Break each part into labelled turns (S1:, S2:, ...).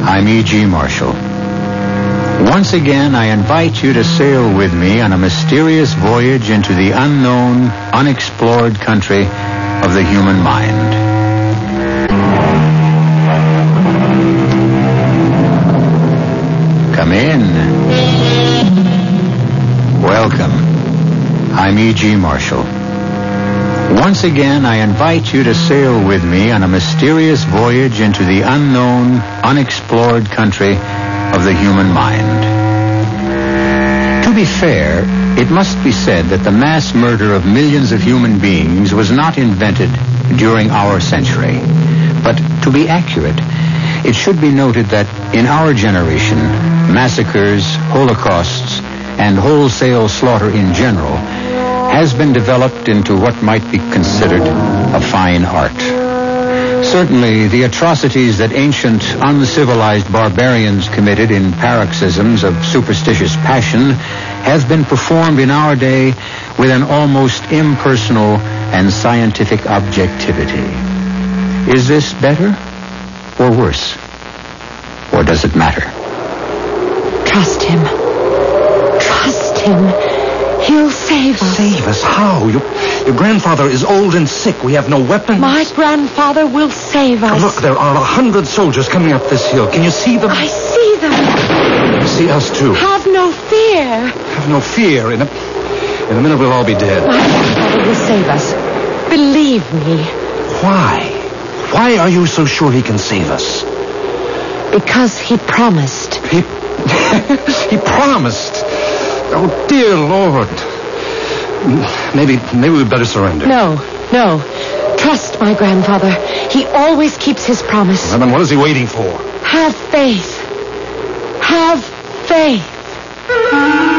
S1: I'm E.G. Marshall. Once again, I invite you to sail with me on a mysterious voyage into the unknown, unexplored country of the human mind. Come in. Welcome. I'm E.G. Marshall. Once again, I invite you to sail with me on a mysterious voyage into the unknown, unexplored country of the human mind. To be fair, it must be said that the mass murder of millions of human beings was not invented during our century. But to be accurate, it should be noted that in our generation, massacres, holocausts, and wholesale slaughter in general has been developed into what might be considered a fine art. Certainly, the atrocities that ancient, uncivilized barbarians committed in paroxysms of superstitious passion have been performed in our day with an almost impersonal and scientific objectivity. Is this better or worse? Or does it matter?
S2: Trust him. Trust him. He'll save us.
S3: Save us? How? Your, your grandfather is old and sick. We have no weapons.
S2: My grandfather will save us.
S3: Look, there are a hundred soldiers coming up this hill. Can you see them?
S2: I see them.
S3: see us too.
S2: Have no fear.
S3: Have no fear. In a, in a minute, we'll all be dead.
S2: My grandfather will save us. Believe me,
S3: Why? Why are you so sure he can save us?
S2: because he promised.
S3: He, he promised. Oh dear Lord. Maybe, maybe we'd better surrender.
S2: No, no. Trust my grandfather. He always keeps his promise.
S3: Well, then what is he waiting for?
S2: Have faith. Have faith.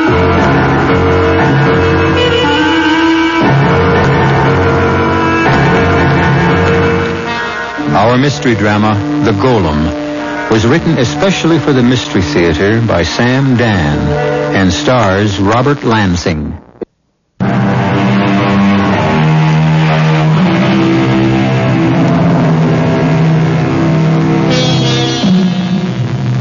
S1: Our mystery drama, The Golem, was written especially for the Mystery Theater by Sam Dan and stars Robert Lansing.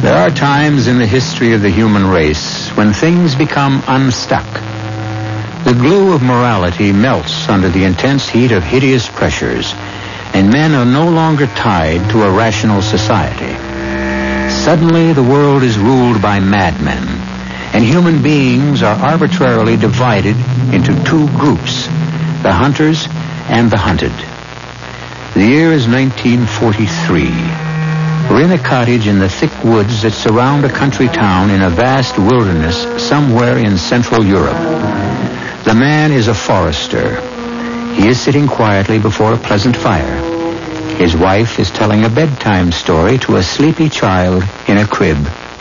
S1: There are times in the history of the human race when things become unstuck. The glue of morality melts under the intense heat of hideous pressures, and men are no longer tied to a rational society. Suddenly, the world is ruled by madmen, and human beings are arbitrarily divided into two groups, the hunters and the hunted. The year is 1943. We're in a cottage in the thick woods that surround a country town in a vast wilderness somewhere in Central Europe. The man is a forester. He is sitting quietly before a pleasant fire. His wife is telling a bedtime story to a sleepy child in a crib.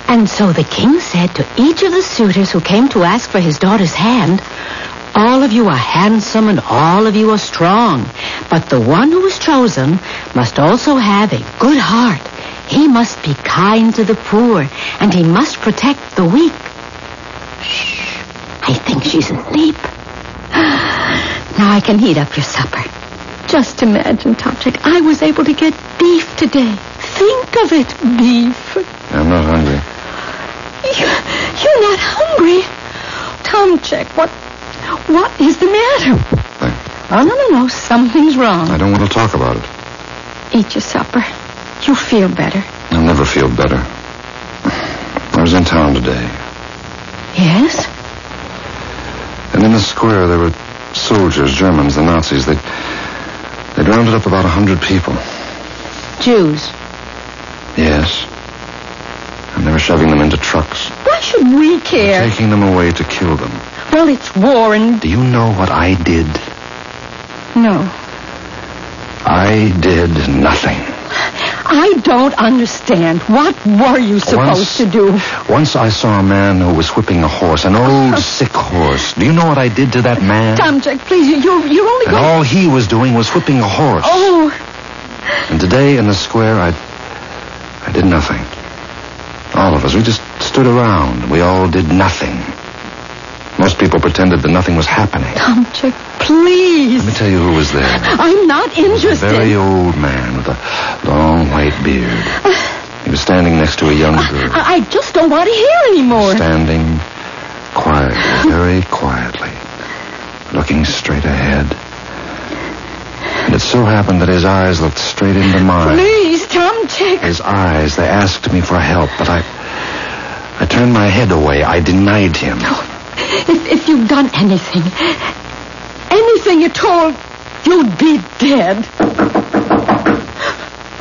S2: And so the king said to each of the suitors who came to ask for his daughter's hand, All of you are handsome and all of you are strong, but the one who is chosen must also have a good heart. He must be kind to the poor and he must protect the weak. Shh. I think she's asleep. Now I can heat up your supper. Just imagine, Topchick, I was able to get beef today. Think of it, beef.
S3: I'm not hungry.
S2: You, you're not hungry. Tomchek, what what is the matter? Oh, no, no, no. Something's wrong.
S3: don't want to talk about it.
S2: Eat your supper. You'll feel better.
S3: I'll never feel better. I was in town today,
S2: Yes?
S3: and in the square there were soldiers, Germans, the Nazis. They they rounded up about a hundred people.
S2: Jews.
S3: Yes. And they were shoving them into trucks,
S2: Why should we care?
S3: taking them away to kill them.
S2: Well, it's war and...
S3: Do you know what I did?
S2: No.
S3: I did nothing.
S2: I don't understand. What were you
S1: Once-
S2: supposed to do?
S1: Once I saw a man who was whipping a horse, an old sick horse. Do you know what I did to that man?
S2: Tom, Jack, please, you- you're, you're only
S1: And
S2: going...
S1: all he was doing was whipping a horse.
S2: Oh,
S1: And today in the square, I, I did nothing. All of us, we just stood around. We all did nothing. Most people pretended that nothing was happening.
S2: Tom, Jack,
S1: Let
S2: please.
S1: me tell you who was there.
S2: I'm not
S1: A
S2: interested.
S1: very old man with a long white beard. He was standing next to a young girl.
S2: I, I just don't want to hear anymore.
S1: Standing quietly, very quietly, looking straight ahead. And it so happened that his eyes looked straight into mine.
S2: Please, Tom, Jack.
S1: His eyes, they asked me for help, but I. I turned my head away. I denied him.
S2: If, if you'd done anything, anything at all, you'd be dead.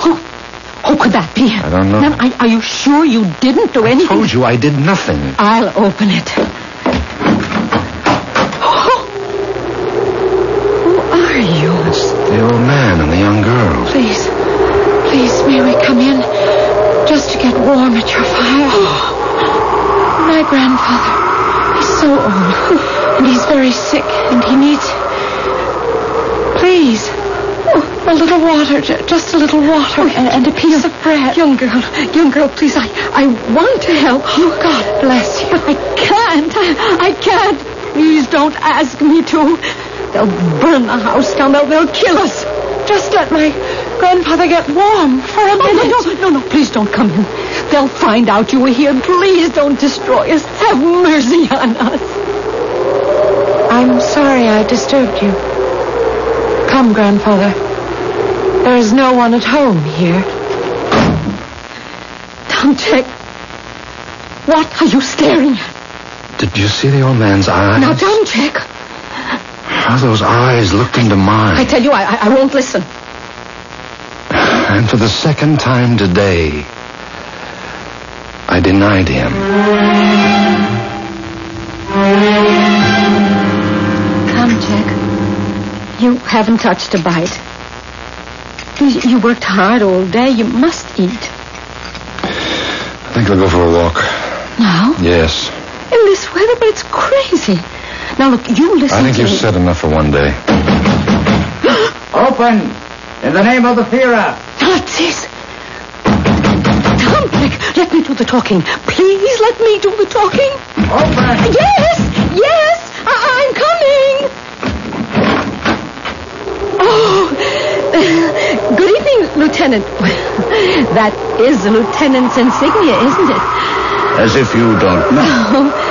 S2: Who, who could that be?
S1: I don't know.
S2: Now, are, are you sure you didn't do
S1: I
S2: anything?
S1: told you I did nothing.
S2: I'll open it. Oh! Who are you?
S1: It's the old man and the young girl.
S2: Please, please, may we come in? Just to get warm at your fire. My grandfather, he's so old, and he's very sick, and he needs. Please. Oh, a little water, ju- just a little water, Oh, and, and a piece of bread. Young girl, young girl, please, I, I want to help you. God bless you. But I can't. I, I can't. Please don't ask me to. They'll burn the house down. They'll, they'll kill us. Just let my grandfather get warm for a minute. Oh, no, no, no, please don't come in. They'll find out you were here. Please don't destroy us. Have mercy on us. I'm sorry I disturbed you. Come, grandfather. There is no one at home here. Tom Jack, what are you staring at?
S1: Did you see the old man's eyes?
S2: Now, Tom Jack,
S1: How those eyes looked into mine.
S2: I tell you, I, I, I won't listen.
S1: And for the second time today, I denied him.
S2: Come, Jack. You haven't touched a bite. You, you worked hard all day. You must eat.
S1: I think I'll go for a walk.
S2: Now?
S1: Yes.
S2: In this weather, but it's crazy. Now, look, you listen
S1: I think
S2: to
S1: you've
S2: me.
S1: said enough for one day.
S4: Open! In the name of the Führer!
S2: Not this. Tom, Jack, let me do the talking. Please let me do the talking.
S4: Open!
S2: Yes, yes, I- I'm coming. Oh, good evening, Lieutenant. That is the Lieutenant's insignia, isn't it?
S5: As if you don't know.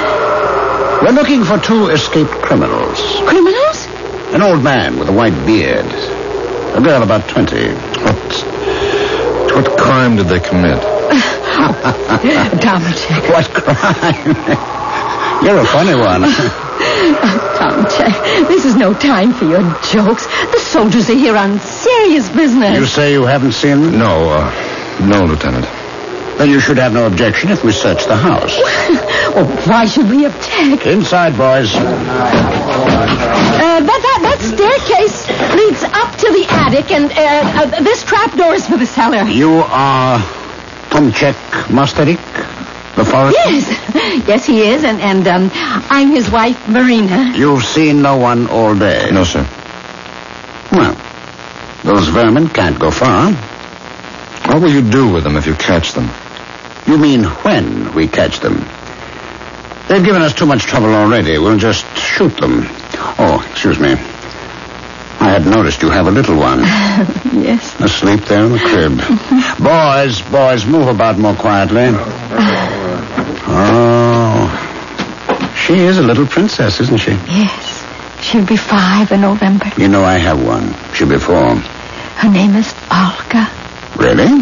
S5: We're looking for two escaped criminals.
S2: Criminals?
S5: An old man with a white beard. A girl about 20. What?
S1: What crime did they commit?
S2: Tomchek,
S5: What crime? You're a funny one.
S2: Tomchek, this is no time for your jokes. The soldiers are here on serious business.
S5: you say you haven't seen them?
S1: No, uh, no, Lieutenant.
S5: Then you should have no objection if we search the house.
S2: Oh, why should we object?
S5: Inside, boys.
S2: Uh, that, that, that staircase leads up to the attic, and uh, uh, this trapdoor is for the cellar.
S5: You are Tomchek Masterik, the forest.
S2: Yes, yes, he is, and and um, I'm his wife, Marina.
S5: You've seen no one all day.
S1: No, sir.
S5: Well, those vermin can't go far.
S1: What will you do with them if you catch them?
S5: You mean when we catch them? They've given us too much trouble already. We'll just shoot them. Oh, excuse me. I had noticed you have a little one
S2: Yes.
S5: asleep there in the crib. boys, boys, move about more quietly. Oh, she is a little princess, isn't she?
S2: Yes. She'll be five in November.
S5: You know I have one. She'll be four.
S2: Her name is Olga.
S5: Really?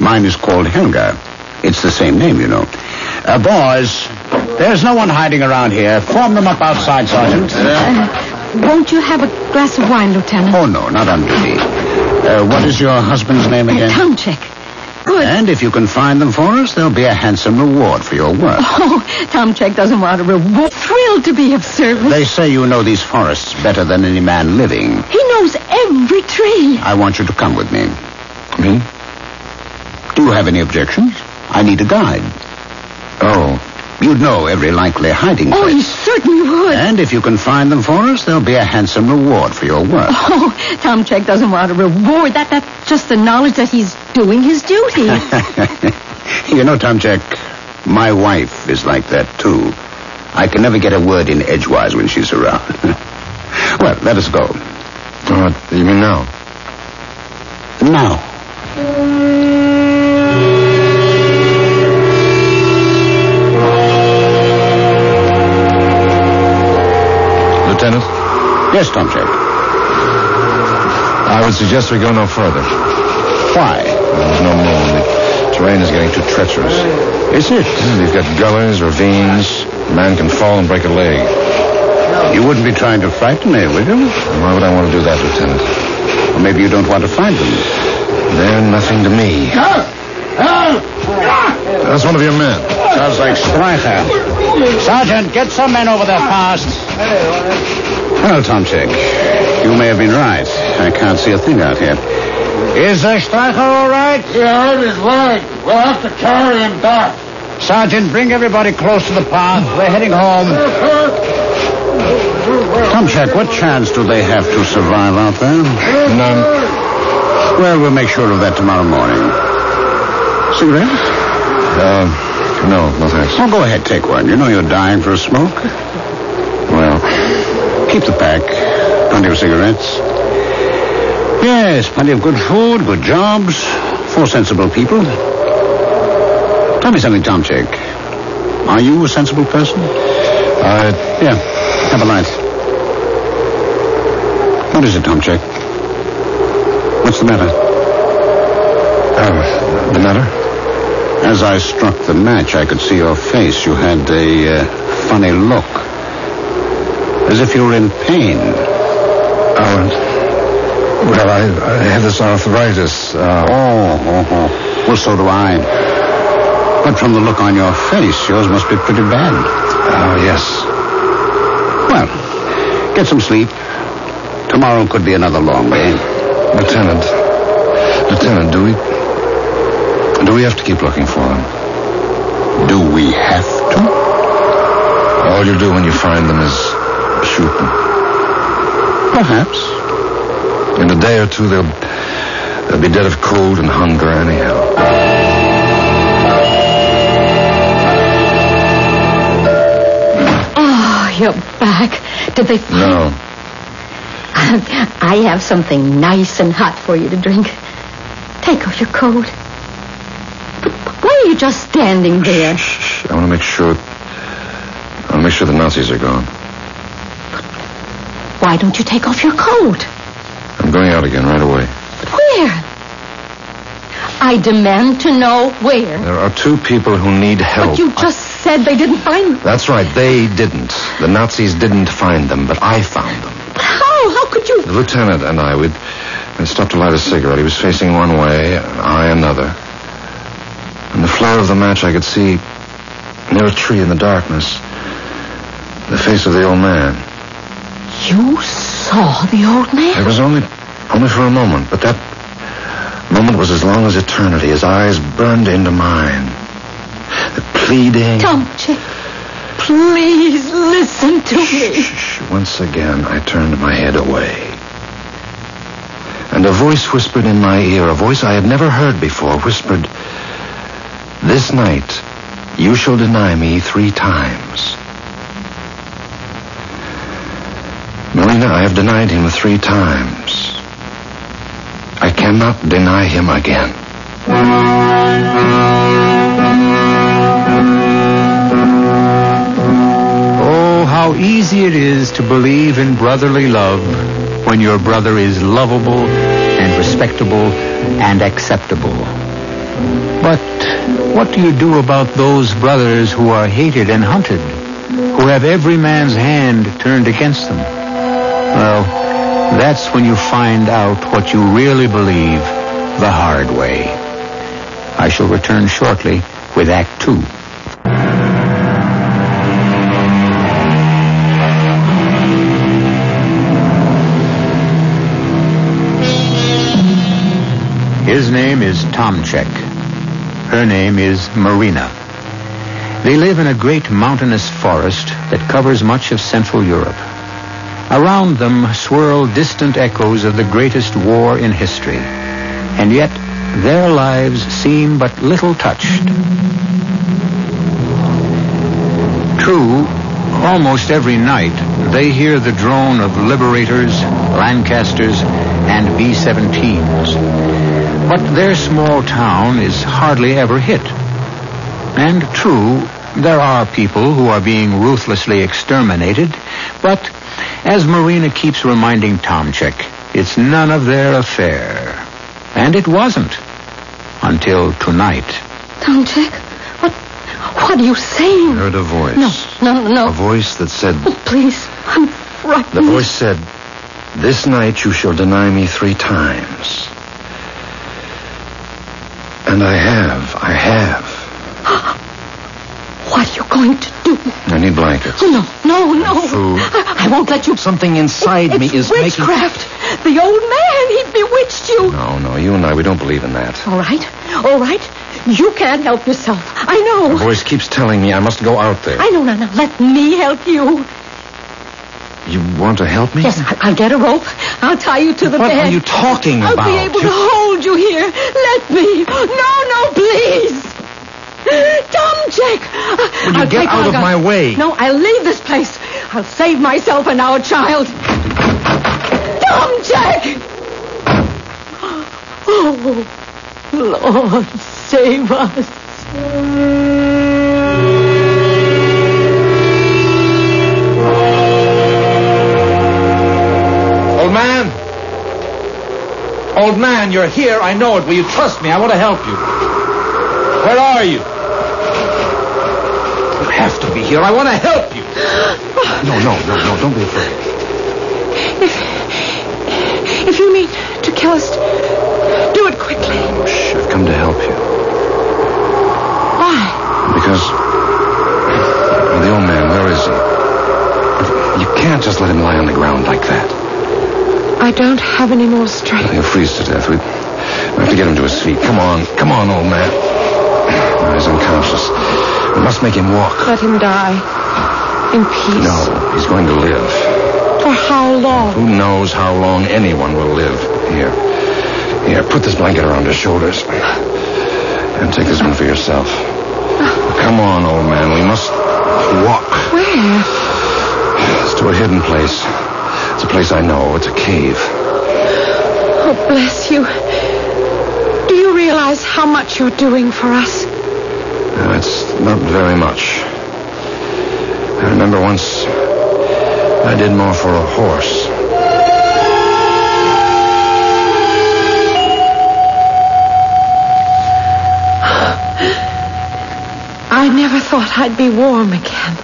S5: Mine is called Helga. It's the same name, you know. Uh, boys, there's no one hiding around here. Form them up outside, Sergeant.
S2: Uh, Won't you have a glass of wine, Lieutenant?
S5: oh, no, not on duty. Uh, what is your husband's name again?
S2: Uh, Tom check. Good.
S5: And if you can find them for us, there'll be a handsome reward for your work.
S2: Oh, Tom Check doesn't want a reward. Thrilled to be of service.
S5: They say you know these forests better than any man living.
S2: He knows every tree.
S5: I want you to come with me.
S1: Me?
S6: Do you have any objections? I need a guide. Oh, you'd know every likely hiding
S2: Oh,
S6: place.
S2: you certainly would.
S6: And if you can find them for us, there'll be a handsome reward for your work.
S2: Oh, Tom Trek doesn't want a reward. That that's just the knowledge that he's doing his duty.
S6: you know, Tom Jack, my wife is like that, too. I can never get a word in edgewise when she's around. well, let us go.
S1: Oh, you mean now?
S6: Now.
S1: Lieutenant,
S6: Yes, Tom Jack.
S1: I would suggest we go no further.
S6: Why?
S1: There's no moon. The terrain is getting too treacherous.
S6: Is it?
S1: Yeah, You've got gullies, ravines. A man can fall and break a leg.
S6: You wouldn't be trying to frighten me, would you?
S1: And why would I want to do that, Lieutenant?
S6: Or maybe you don't want to find them.
S1: They're nothing to me. That's one of your men.
S6: Sounds like Stryker. Sergeant, get some men over there fast. Well, Tomczyk, you may have been right. I can't see a thing out here. Is uh, Stryker all right? He hurt his leg. We'll have to carry him back. Sergeant, bring everybody close to the path. We're heading home. Tomczyk, what chance do they have to survive out there?
S1: None.
S6: Well, we'll make sure of that tomorrow morning. Cigarette?
S1: Uh, no, no thanks.
S6: Well, go ahead, take one. You know you're dying for a smoke. Well, keep the pack. Plenty of cigarettes. Yes, plenty of good food, good jobs, four sensible people. Tell me something, Tomczyk. Are you a sensible person?
S1: I,
S6: Yeah. Have a light. What is it, Tomczyk? What's the matter?
S1: uh, the matter?
S6: As I struck the match, I could see your face. You had a uh, funny look. As if you were in pain.
S1: Uh, well, I, I have this arthritis. Uh,
S6: Oh, oh, oh. Well, so do I. But from the look on your face, yours must be pretty bad.
S1: oh, yes.
S6: Well, get some sleep. Tomorrow could be another long day.
S1: Lieutenant. Lieutenant, do we... Do we have to keep looking for them?
S6: Do we have to?
S1: All you do when you find them is shoot them.
S6: Perhaps.
S1: In a day or two, they'll, they'll be dead of cold and hunger anyhow.
S2: Oh, you're back. Did they?
S1: No.
S2: I have something nice and hot for you to drink. Take off your coat. But why are you just standing there?
S1: Shh, I want to make sure. I want to make sure the Nazis are gone.
S2: Why don't you take off your coat?
S1: I'm going out again right away.
S2: Where? I demand to know where.
S1: There are two people who need help.
S2: But you just said they didn't find.
S1: That's right. They didn't. The Nazis didn't find them, but I found them.
S2: How? How could you?
S1: The lieutenant and I, we'd, we stopped to light a cigarette. He was facing one way, I another. In the flare of the match, I could see, near a tree in the darkness, the face of the old man.
S2: You saw the old man.
S1: It was only, only for a moment, but that moment was as long as eternity. His eyes burned into mine. The pleading.
S2: Tom, Chick, please listen to me.
S1: Shh. Once again, I turned my head away. And a voice whispered in my ear, a voice I had never heard before, whispered, This night, you shall deny me three times. Marina, I have denied him three times. I cannot deny him again.
S7: Oh, how easy it is to believe in brotherly love when your brother is lovable and respectable and acceptable. But what do you do about those brothers who are hated and hunted, who have every man's hand turned against them? Well, that's when you find out what you really believe the hard way. I shall return shortly with Act Two. His name is Tomchek. Her name is Marina. They live in a great mountainous forest that covers much of Central Europe. Around them swirl distant echoes of the greatest war in history. And yet, their lives seem but little touched. True, almost every night they hear the drone of Liberators, Lancasters, and B 17s. But their small town is hardly ever hit. And true, there are people who are being ruthlessly exterminated, but as Marina keeps reminding Tomchek, it's none of their affair. And it wasn't until tonight.
S2: Tom Jack, what, what are you saying?
S1: Heard a voice.
S2: No, no, no.
S1: A voice that said,
S2: Oh, please, I'm frightened.
S1: The voice said, This night you shall deny me three times. And I have, I have.
S2: What are you going to do?
S1: I need blankets.
S2: No, no, no.
S1: Food.
S2: I, I won't let you.
S1: Something inside me
S2: it's
S1: is making.
S2: witchcraft. The old man, he bewitched you.
S1: No, no, you and I, we don't believe in that.
S2: All right, all right. You can't help yourself. I know.
S1: The voice keeps telling me I must go out there.
S2: I know, now, now. Let me help you.
S1: You want to help me?
S2: Yes, I- I'll get a rope. I'll tie you to the
S1: What
S2: bed.
S1: are you talking
S2: I'll be
S1: about?
S2: able
S1: You-
S2: to hold you here. Let me. No, no, please. Tom Jack.
S1: Will you
S2: I'll
S1: get
S2: take
S1: out of
S2: Olga.
S1: my way?
S2: No, I'll leave this place. I'll save myself and our child. Tom Jack! Oh, Lord, save us.
S8: Old man! Old man, you're here. I know it. Will you trust me? I want to help you. Where are you? You have to be here. I want to help you.
S1: No, no, no, no, don't be afraid.
S2: If you mean to kill us, do it quickly.
S1: Shh, Oh, I've come to help you.
S2: Why?
S1: Because. well, the old man, where is he? You can't just let him lie on the ground like that.
S2: I don't have any more strength.
S1: He'll freeze to death. We, we have to get him to his feet. Come on, come on, old man. No, he's unconscious. We must make him walk.
S2: Let him die. In peace.
S1: No, he's going to live.
S2: For how long?
S1: Who knows how long anyone will live? Here. Here, put this blanket around his shoulders. And take this one for yourself. Come on, old man. We must walk.
S2: Where?
S1: It's to a hidden place. It's a place I know. It's a cave.
S2: Oh, bless you. Do you realize how much you're doing for us?
S1: Now, Uh, it's not very much. I remember once I did more for a horse.
S2: I never thought I'd be warm again.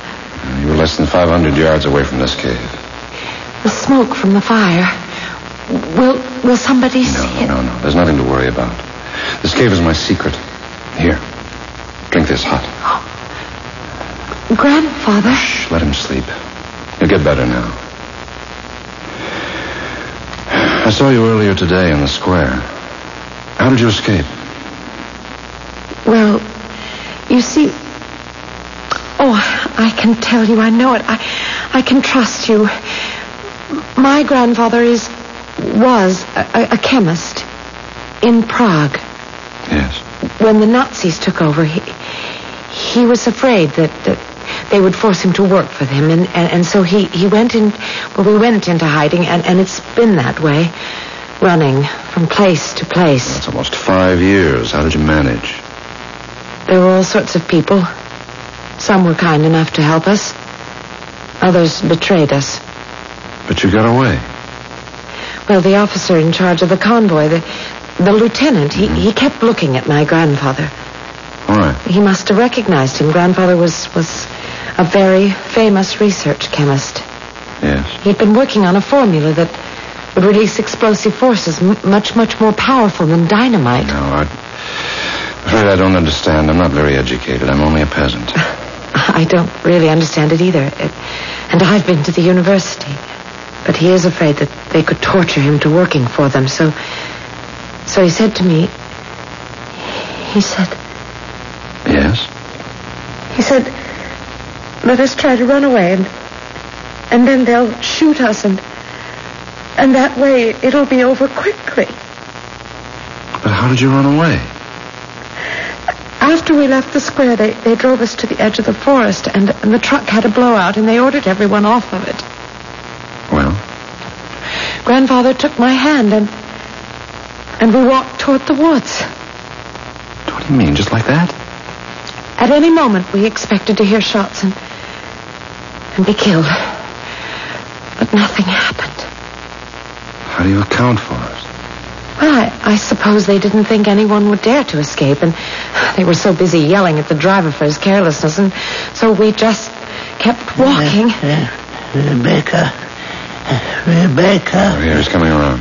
S1: You were less than 500 yards away from this cave.
S2: The smoke from the fire. Will will somebody see
S1: No,
S2: it?
S1: no, no. There's nothing to worry about. This cave is my secret. Here. Drink this hot.
S2: Grandfather,
S1: Shh, let him sleep. He'll get better now. I saw you earlier today in the square. How did you escape?
S2: well, you see Oh, I can tell you, I know it. I I can trust you. My grandfather is was a, a chemist in Prague.
S1: Yes.
S2: when the Nazis took over, he, he was afraid that, that they would force him to work for them, and, and, and so he, he went in, well, we went into hiding, and, and it's been that way, running from place to place.
S1: That's almost five years. How did you manage?
S2: There were all sorts of people. Some were kind enough to help us. Others betrayed us.
S1: But you got away.
S2: Well, the officer in charge of the convoy, the, the lieutenant, he, he kept looking at my grandfather.
S1: All right.
S2: He must have recognized him. Grandfather was was a very famous research chemist.
S1: Yes.
S2: He'd been working on a formula that would release explosive forces m- much much more powerful than dynamite.
S1: No, I... I'm afraid I don't understand. I'm not very educated. I'm only a peasant.
S2: I don't really understand it either. It, and I've been to the university, but he is afraid that they could torture him to working for them. So so he said to me he said
S1: Yes?
S2: He said, let us try to run away and, and then they'll shoot us and, and that way it'll be over quickly.
S1: But how did you run away?
S2: After we left the square, they, they drove us to the edge of the forest, and, and the truck had a blowout, and they ordered everyone off of it.
S1: Well?
S2: Grandfather took my hand, and and we walked toward the woods.
S1: What do you mean, just like that?
S2: At any moment, we expected to hear shots and and be killed, but nothing happened.
S1: How do you account for it?
S2: Well, I, I suppose they didn't think anyone would dare to escape, and they were so busy yelling at the driver for his carelessness, and so we just kept walking.
S9: Re- Re- Rebecca. Rebecca.
S1: Oh, here, he's coming around.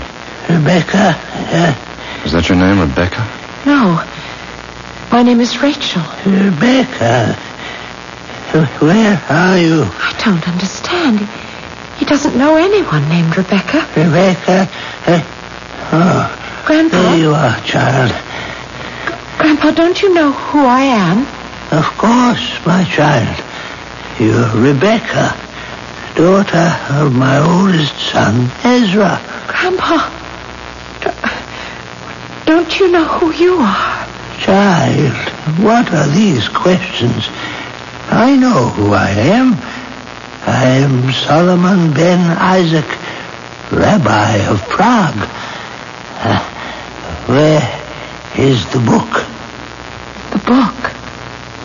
S9: Rebecca. Uh,
S1: Is that your name, Rebecca?
S2: No. My name is Rachel.
S9: Rebecca. Where are you?
S2: I don't understand. He, he doesn't know anyone named Rebecca.
S9: Rebecca. Uh, oh.
S2: Grandpa.
S9: There you are, child.
S2: Grandpa, don't you know who I am?
S9: Of course, my child. You're Rebecca, daughter of my oldest son, Ezra.
S2: Grandpa, don't you know who you are?
S9: Child, what are these questions? I know who I am. I am Solomon ben Isaac, Rabbi of Prague. Uh, where is the book?
S2: The book?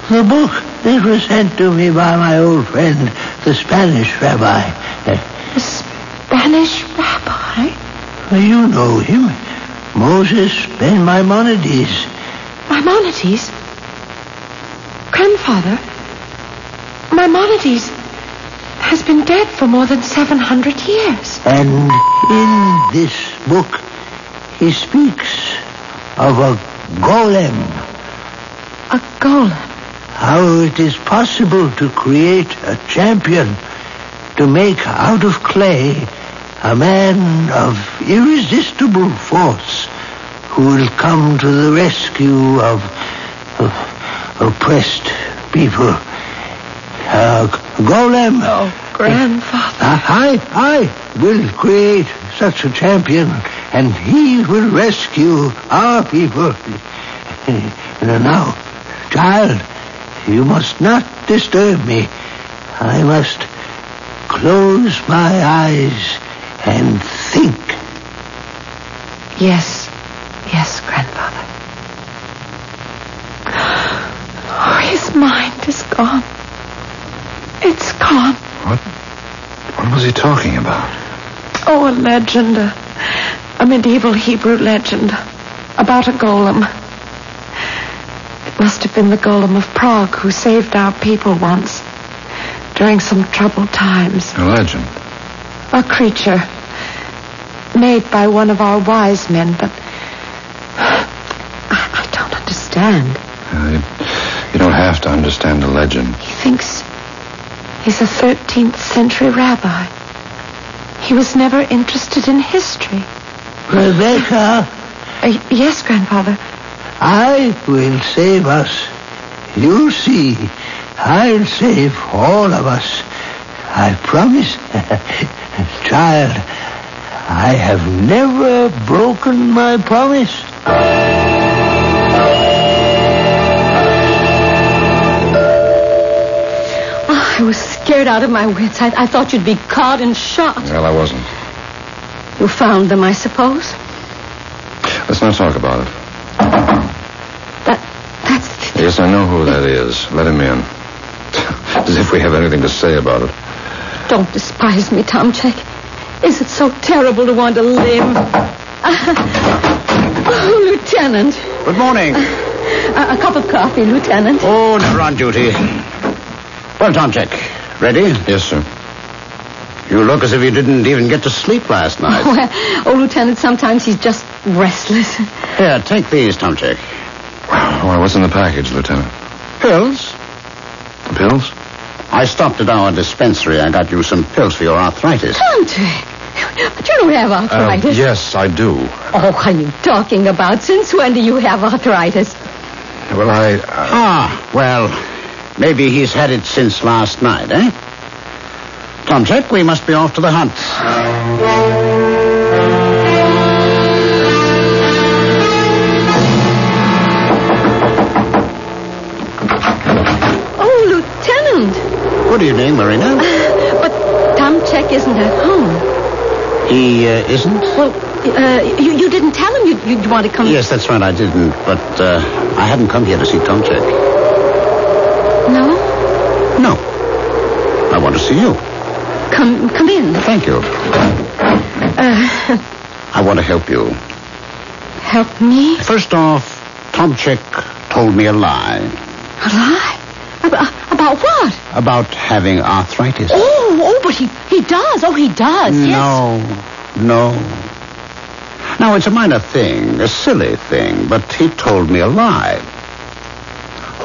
S9: The book that was sent to me by my old friend, the Spanish rabbi. Uh,
S2: The Spanish rabbi?
S9: Well, you know him. Moses Ben Maimonides.
S2: Maimonides? Grandfather? Maimonides has been dead for more than 700 years.
S9: And in this book, he speaks of a golem.
S2: A golem?
S9: How it is possible to create a champion, to make out of clay a man of irresistible force who will come to the rescue of, of oppressed people. Uh, golem.
S2: Oh, grandfather.
S9: I, I will create such a champion, and he will rescue our people. now, child, you must not disturb me. I must close my eyes and think.
S2: Yes, yes, grandfather. Oh, his mind is gone. It's gone.
S1: What? What was he talking about?
S2: Oh, a legend, a, a medieval Hebrew legend about a golem. It must have been the golem of Prague who saved our people once during some troubled times.
S1: A legend.
S2: A creature made by one of our wise men, but I, I don't understand.
S1: Uh, you, you don't have to understand a legend.
S2: He thinks he's a 13th century rabbi. He was never interested in history.
S9: Rebecca?
S2: Uh, yes, Grandfather.
S9: I will save us. You see, I'll save all of us. I promise. Child, I have never broken my promise.
S10: Oh, I was scared out of my wits. I, I thought you'd be caught and shot.
S1: Well, I wasn't.
S10: You found them, I suppose.
S1: Let's not talk about it.
S10: That, that's.
S1: Yes, I know who that is. Let him in. As if we have anything to say about it.
S10: Don't despise me, Tomchek. Is it so terrible to want to live? Uh, oh, Lieutenant.
S11: Good morning.
S10: Uh, a cup of coffee, Lieutenant.
S11: Oh, never on duty. Well, Tomchek, ready?
S1: Yes, sir.
S11: You look as if you didn't even get to sleep last night.
S10: Oh, uh, oh Lieutenant, sometimes he's just restless.
S11: Here, take these, Tomchek.
S1: Well, what's Oh, in the package, Lieutenant?
S11: Pills.
S1: The pills?
S11: I stopped at our dispensary. I got you some pills for your arthritis.
S10: Hunter, but you don't have
S2: Oh,
S10: arthritis.
S1: Uh, Um, yes, I do.
S10: Oh, what are you talking about? Since when do you have arthritis?
S12: Well, I. Uh...
S9: Ah, well, maybe he's had it since last night, eh? Tom Chip, we must be off to the hunt.
S2: Oh, Lieutenant!
S9: Good evening, Marina.
S2: Uh, but Tom Check isn't at home.
S9: He uh, isn't?
S2: Well, uh, you, you didn't tell him you'd, you'd want to come.
S9: Yes, that's right, I didn't. But uh, I hadn't come here to see Tom Check.
S2: No?
S9: No. I want to see you.
S2: Come, come in.
S9: Thank you.
S2: Uh,
S9: I want to help you.
S2: help me?
S9: First off, Tom Check told me a lie
S2: A lie? About, uh, about what?
S9: about having arthritis.
S2: Oh, oh, but he, he does. Oh, he does. Yes.
S9: No, no. Now, it's a minor thing, a silly thing, but he told me a lie.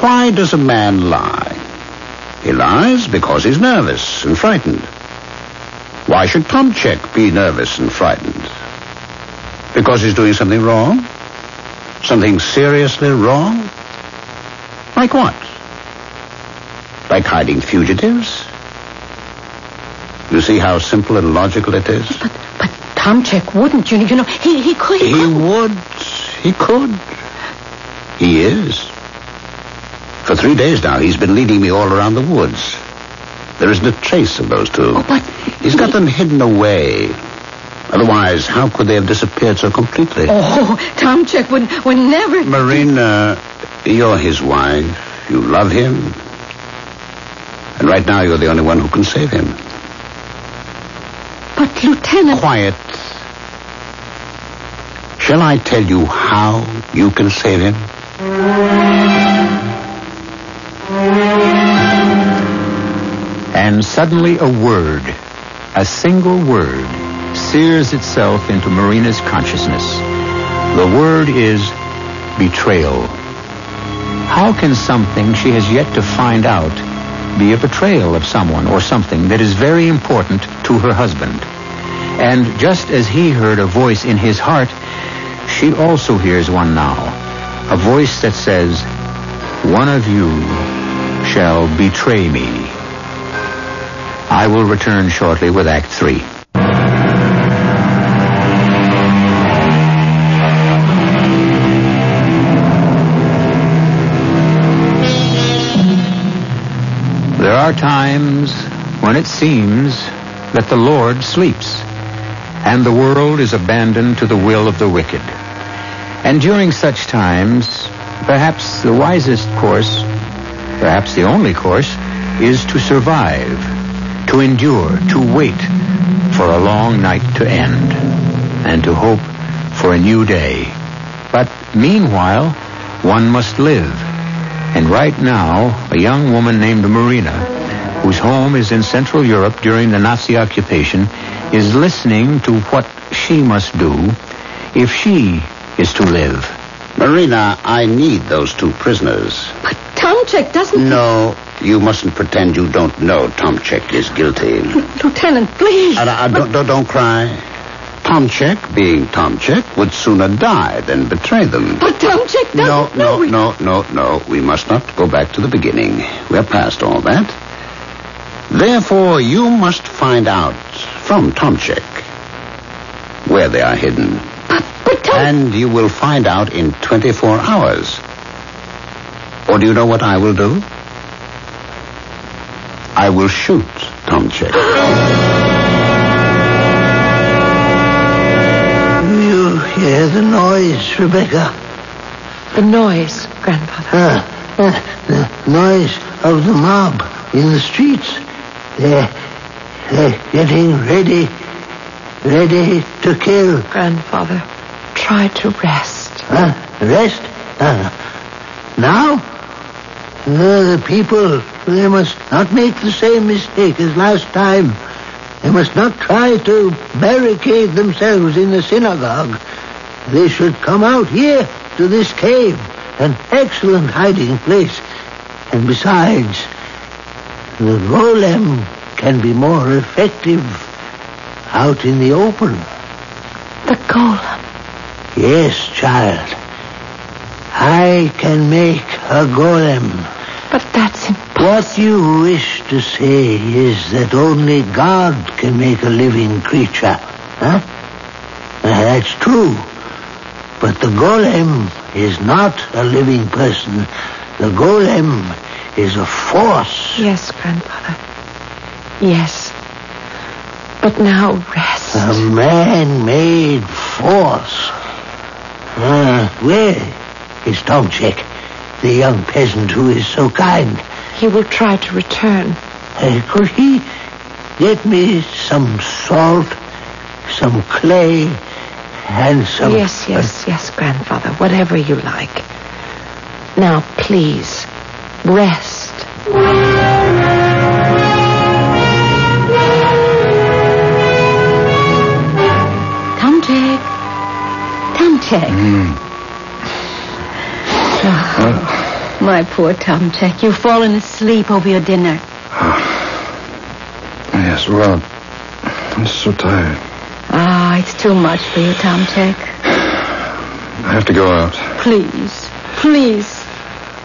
S9: Why does a man lie? He lies because he's nervous and frightened. Why should Tom Check be nervous and frightened? Because he's doing something wrong? Something seriously wrong? Like what? Like hiding fugitives? You see how simple and logical it is?
S2: Tom Check wouldn't. You, you know, he, he could.
S9: He would. He could. He is. For three days now, he's been leading me all around the woods. There isn't a trace of those two.
S2: but
S9: he's got them hidden away. Otherwise, how could they have disappeared so completely?
S2: Oh, Tom Check would, would never.
S9: Marina, you're his wife. You love him. And right now, you're the only one who can save him.
S2: But, Lieutenant.
S9: Quiet. Shall I tell you how you can save him?
S13: And suddenly a word, a single word, sears itself into Marina's consciousness. The word is betrayal. How can something she has yet to find out be a betrayal of someone or something that is very important to her husband? And just as he heard a voice in his heart, she also hears one now. A voice that says, One of you shall betray me. I will return shortly with Act Three. There are times when it seems that the Lord sleeps, and the world is abandoned to the will of the wicked. And during such times, perhaps the wisest course, perhaps the only course, is to survive, to endure, to wait for a long night to end, and to hope for a new day. But meanwhile, one must live. And right now, a young woman named Marina, whose home is in Central Europe during the Nazi occupation, is listening to what she must do if she is to live.
S9: Marina, I need those two prisoners.
S2: Tom Check doesn't.
S9: No, you mustn't pretend you don't know Tomchek is guilty.
S2: Lieutenant, please.
S9: And, Mm. uh, don't, don't, don't cry. Tomchek, being Tomchek, would sooner die than betray them.
S2: But Tom Check doesn't.
S9: No, no, no, no, no. We must not go back to the beginning. We're past all that. Therefore, you must find out from Tomchek where they are hidden. And you will find out in 24 hours. Or do you know what I will do? I will shoot Tomchek.
S14: Do you hear the noise, Rebecca?
S15: The noise, Grandfather.
S14: Ah, ah, the noise of the mob in the streets. They're, they're getting ready, ready to kill.
S15: Grandfather, try to rest.
S14: Huh? Rest? Uh, now? No, the people, they must not make the same mistake as last time. They must not try to barricade themselves in the synagogue. They should come out here to this cave, an excellent hiding place. And besides, the golem can be more effective out in the open.
S15: The golem.
S14: Yes, child.
S9: I can make a golem.
S16: But that's impossible.
S9: What you wish to say is that only God can make a living creature. Huh? Now, that's true. But the golem is not a living person. The golem is a force.
S16: Yes, grandfather. Yes. But now rest.
S9: A man-made force. Ah, where is Tomchek, the young peasant who is so kind?
S16: He will try to return.
S9: Uh, could he get me some salt, some clay, and some...
S16: Yes, yes, uh, yes, grandfather, whatever you like. Now, please, rest.
S2: Tomchek. Tomchek.
S1: Mm.
S2: Oh, my poor Tomchek, you've fallen asleep over your dinner.
S1: Oh. Yes, well, I'm so tired.
S2: Ah, oh, it's too much for you, Tomchek.
S1: I have to go out.
S2: Please, please.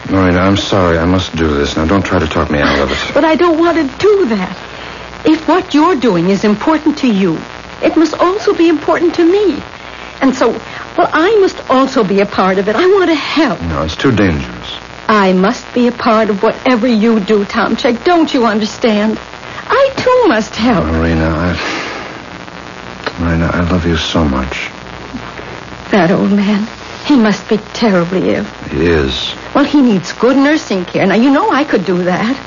S1: Marina, I'm sorry. I must do this. Now, don't try to talk me out of it.
S2: But I don't want to do that. If what you're doing is important to you, it must also be important to me. And so, well, I must also be a part of it. I want to help.
S1: No, it's too dangerous.
S2: I must be a part of whatever you do, Tomchek. Don't you understand? I, too, must help.
S1: Marina, I... Marina, I love you so much.
S2: That old man, he must be terribly ill.
S1: He is.
S2: Well, he needs good nursing care. Now, you know I could do that.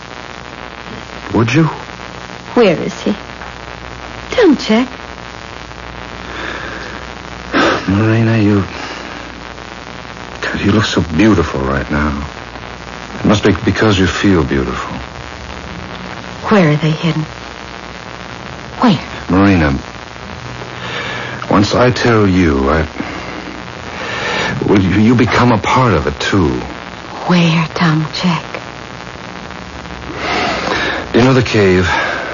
S1: Would you?
S2: Where is he? Tomchek.
S1: Marina, you. God, you look so beautiful right now. It must be because you feel beautiful.
S2: Where are they hidden? Where?
S1: Marina, once I tell you, I. Well, you become a part of it, too.
S2: Where, Tom Jack?
S1: You know the cave?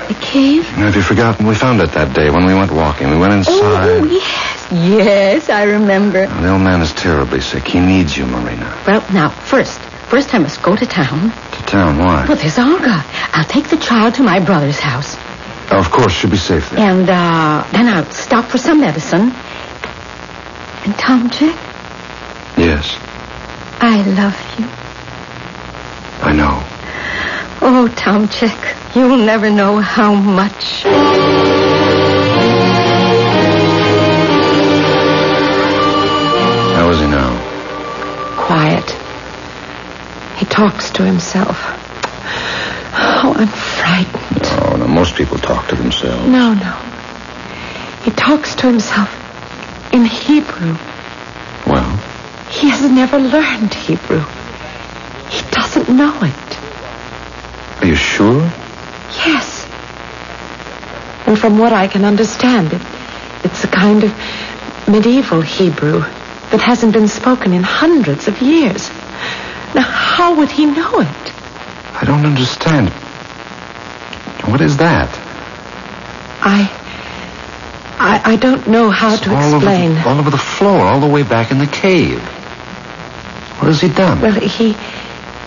S2: The cave?
S1: Have you forgotten? We found it that day when we went walking. We went inside.
S2: Oh, yes. Yes, I remember.
S1: Now, the old man is terribly sick. He needs you, Marina.
S2: Well, now, first. First, I must go to town.
S1: To town? Why?
S2: Well, there's Olga. I'll take the child to my brother's house.
S1: Oh, of course, she'll be safe there.
S2: And uh, then I'll stop for some medicine. And Tom Jack?
S1: Yes.
S2: I love you.
S1: I know.
S2: Oh, Tom Jack. You'll never know how much.
S1: How is he now?
S16: Quiet. He talks to himself. Oh, I'm frightened.
S1: Oh, no, most people talk to themselves.
S16: No, no. He talks to himself in Hebrew.
S1: Well?
S16: He has never learned Hebrew. He doesn't know it.
S1: Are you sure?
S16: Yes. And from what I can understand, it, it's a kind of medieval Hebrew that hasn't been spoken in hundreds of years. Now, how would he know it?
S1: I don't understand. What is that?
S16: I. I, I don't know how
S1: it's
S16: to
S1: all
S16: explain.
S1: Over the, all over the floor, all the way back in the cave. What has he done?
S16: Well, he.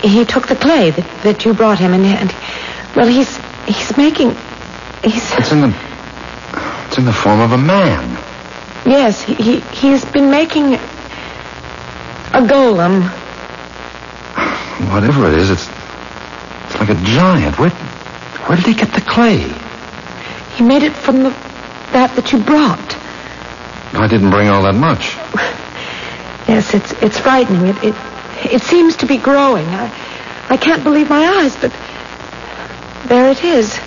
S16: He took the clay that, that you brought him, and, and well, he's he's making. He's.
S1: It's in the. It's in the form of a man.
S16: Yes, he he, he has been making a golem.
S1: Whatever it is, it's it's like a giant. Where where did he get the clay?
S16: He made it from the that that you brought.
S1: I didn't bring all that much.
S16: yes, it's it's frightening. It it it seems to be growing. I I can't believe my eyes, but. There it is.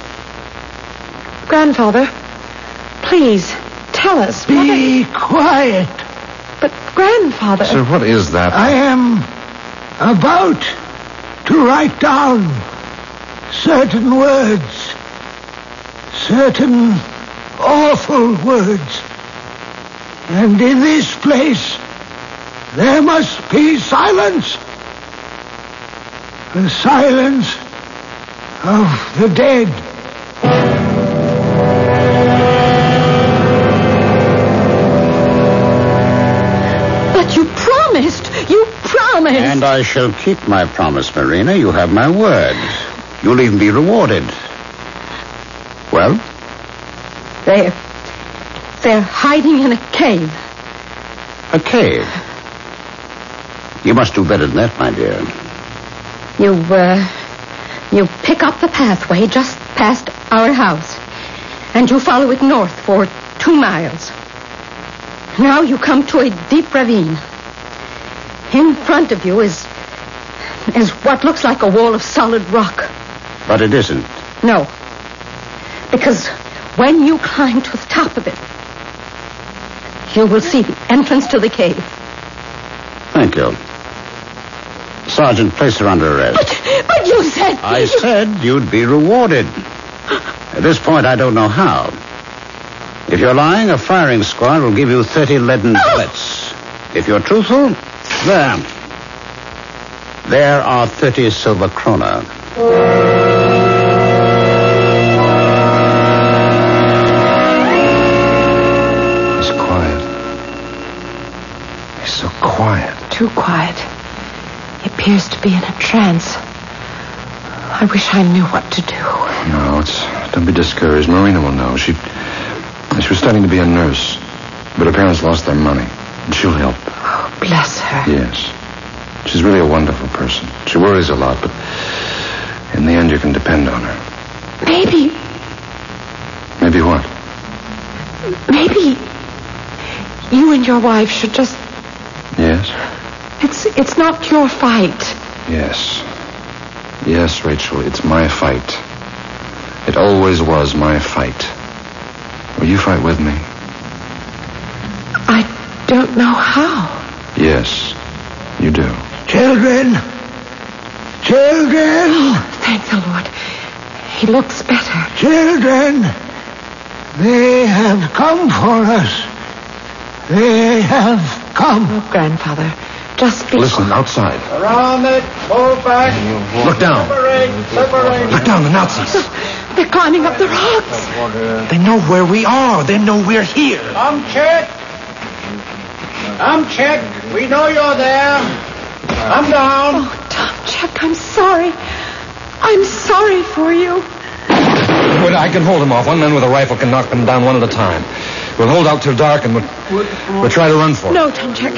S16: Grandfather, please tell us.
S9: Be a... quiet.
S16: But, Grandfather.
S1: Sir, what is that?
S9: I am about to write down certain words, certain awful words. And in this place, there must be silence. The silence of the dead.
S2: But you promised. You promised.
S17: promise.
S18: And I shall keep my promise, Marina. You have my word. You'll even be rewarded. Well?
S17: They're. They're hiding in a cave.
S18: A cave? You must do better than that, my dear.
S17: You, uh. You pick up the pathway just past our house, and you follow it north for two miles. Now you come to a deep ravine. In front of you is. is what looks like a wall of solid rock.
S18: But it isn't.
S17: No. Because when you climb to the top of it, you will see the entrance to the cave.
S18: Thank you. Sergeant, place her under arrest.
S17: But, but you said.
S18: I you... said you'd be rewarded. At this point, I don't know how. If you're lying, a firing squad will give you 30 leaden bullets. Oh. If you're truthful, there. There are 30 silver krona.
S1: It's quiet. It's so quiet.
S2: Too quiet. He appears to be in a trance. I wish I knew what to do.
S1: No, it's don't be discouraged. Marina will know. She she was studying to be a nurse, but her parents lost their money. And she'll help.
S2: Oh, bless her.
S1: Yes. She's really a wonderful person. She worries a lot, but in the end you can depend on her.
S2: Maybe.
S1: Maybe what?
S2: Maybe you and your wife should just
S1: Yes.
S2: It's it's not your fight.
S1: Yes. Yes, Rachel, it's my fight. It always was my fight. Will you fight with me?
S2: I don't know how.
S1: Yes, you do.
S9: Children! Children!
S2: Oh, thank the Lord. He looks better.
S9: Children! They have come for us. They have come.
S2: Oh, Grandfather, just be...
S1: Listen, outside.
S19: Around it. Move back.
S1: Look down.
S19: Separate. Separate.
S1: Look down, the Nazis.
S2: They're climbing up the rocks.
S9: They know where we are. They know we're here.
S19: Come check. Come check. We know you're there. Come down.
S2: Oh, Tom Check, I'm sorry. I'm sorry for you.
S1: But I can hold them off. One man with a rifle can knock them down one at a time. We'll hold out till dark and we'll, we'll try to run for it.
S2: No, Tom Check.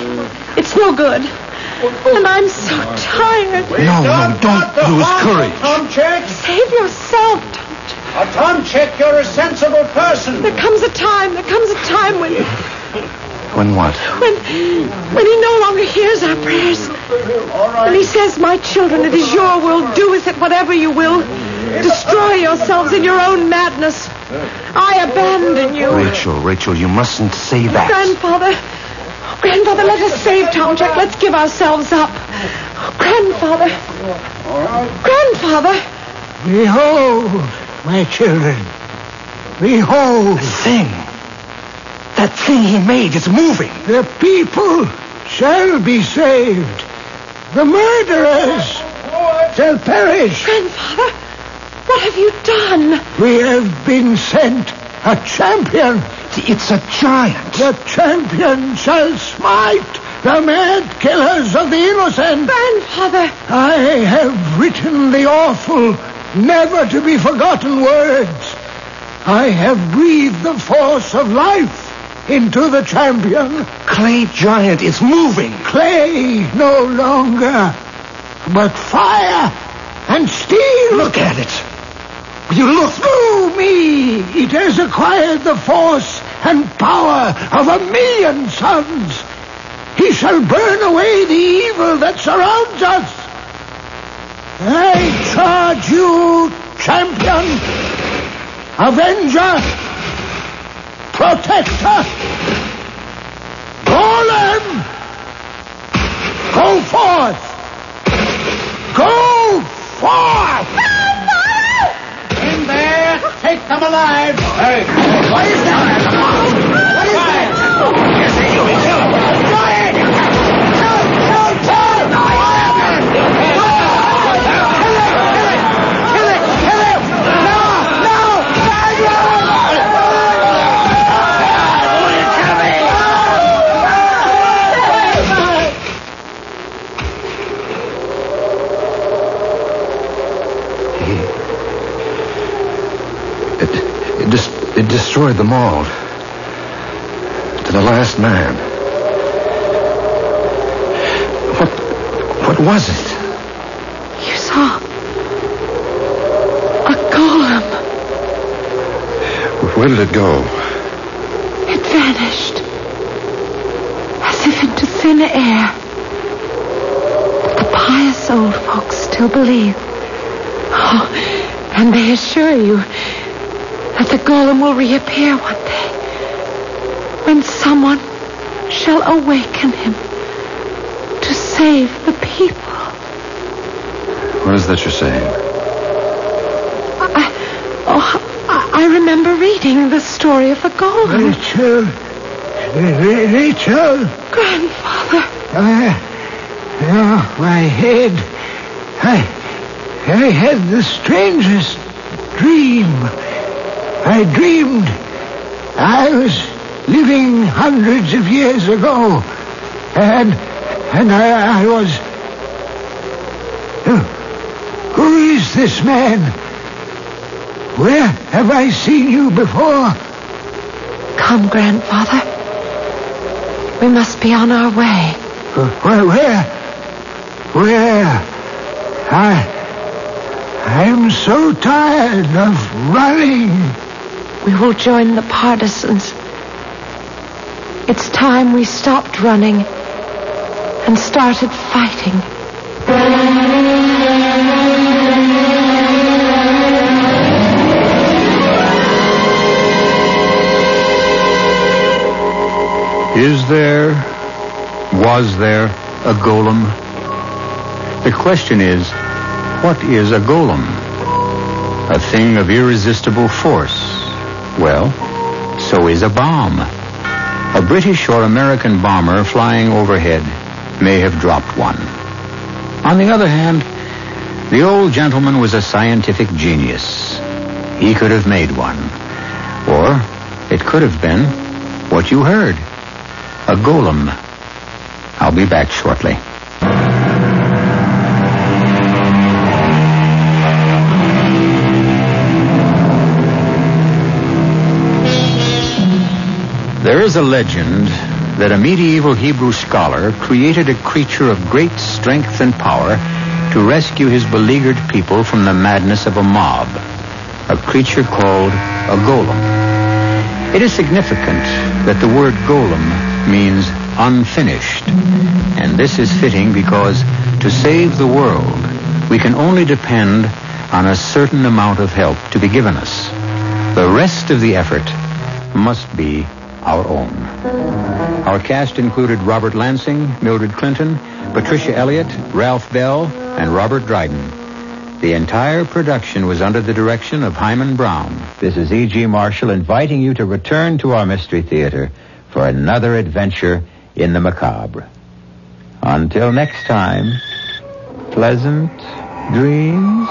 S2: It's no good. And I'm so tired.
S1: No, no, don't lose courage.
S19: Tom Check.
S2: Save yourself, Tom
S19: Check. Uh, Tom Check, you're a sensible person.
S2: There comes a time, there comes a time when...
S1: When what?
S2: When, when he no longer hears our prayers. All right. When he says, my children, it is your will, do with it whatever you will. Destroy yourselves in your own madness. I abandon you.
S1: Rachel, Rachel, you mustn't say that.
S2: Grandfather, grandfather, let us save Tom Jack. Let's give ourselves up. Grandfather, grandfather.
S9: Behold, my children. Behold.
S1: The thing. That thing he made is moving.
S9: The people shall be saved. The murderers shall perish.
S2: Grandfather, what have you done?
S9: We have been sent a champion.
S1: It's a giant.
S9: The champion shall smite the mad killers of the innocent.
S2: Grandfather.
S9: I have written the awful, never to be forgotten words. I have breathed the force of life into the champion.
S1: Clay giant is moving.
S9: Clay no longer, but fire and steel.
S1: Look at it. You look.
S9: Through me, it has acquired the force and power of a million suns. He shall burn away the evil that surrounds us. I charge you, champion, avenger, protector. Golem! Go forth! Go forth!
S19: In there, take them alive!
S1: Hey!
S19: What is that? What is that?
S1: Yes, you kill him!
S19: Giant! Kill! Kill! Kill! Kill it! Kill it! Kill it! Kill it! No! No! Giant!
S20: had destroyed them all. To the last man. What what was it?
S2: You saw a golem.
S20: Where did it go?
S2: It vanished. As if into thin air. But the pious old folks still believe. Oh, and they assure you that the golem will reappear one day when someone shall awaken him to save the people.
S20: What is that you're saying?
S2: I, oh, I, I remember reading the story of the golem.
S9: Rachel. Ra- Rachel.
S2: Grandfather.
S9: Uh, oh, my head. I, I had the strangest dream. I dreamed I was living hundreds of years ago. And, and I, I was... Who- who is this man? Where have I seen you before?
S2: Come, Grandfather. We must be on our way.
S9: Where? Where? Where? I. I'm so tired of running.
S2: We will join the partisans. It's time we stopped running and started fighting.
S1: Is there, was there, a golem? The question is, what is a golem? A thing of irresistible force. Well, so is a bomb. A British or American bomber flying overhead may have dropped one. On the other hand, the old gentleman was a scientific genius. He could have made one. Or it could have been what you heard a golem. I'll be back shortly. There is a legend that a medieval Hebrew scholar created a creature of great strength and power to rescue his beleaguered people from the madness of a mob, a creature called a golem. It is significant that the word golem means unfinished. And this is fitting because to save the world, we can only depend on a certain amount of help to be given us. The rest of the effort must be our own. Our cast included Robert Lansing, Mildred Clinton, Patricia Elliott, Ralph Bell, and Robert Dryden. The entire production was under the direction of Hyman Brown.
S21: This is E.G. Marshall inviting you to return to our Mystery Theater for another adventure in the macabre. Until next time, pleasant dreams.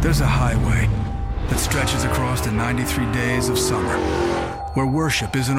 S22: There's a highway that stretches across the 93 days of summer, where worship isn't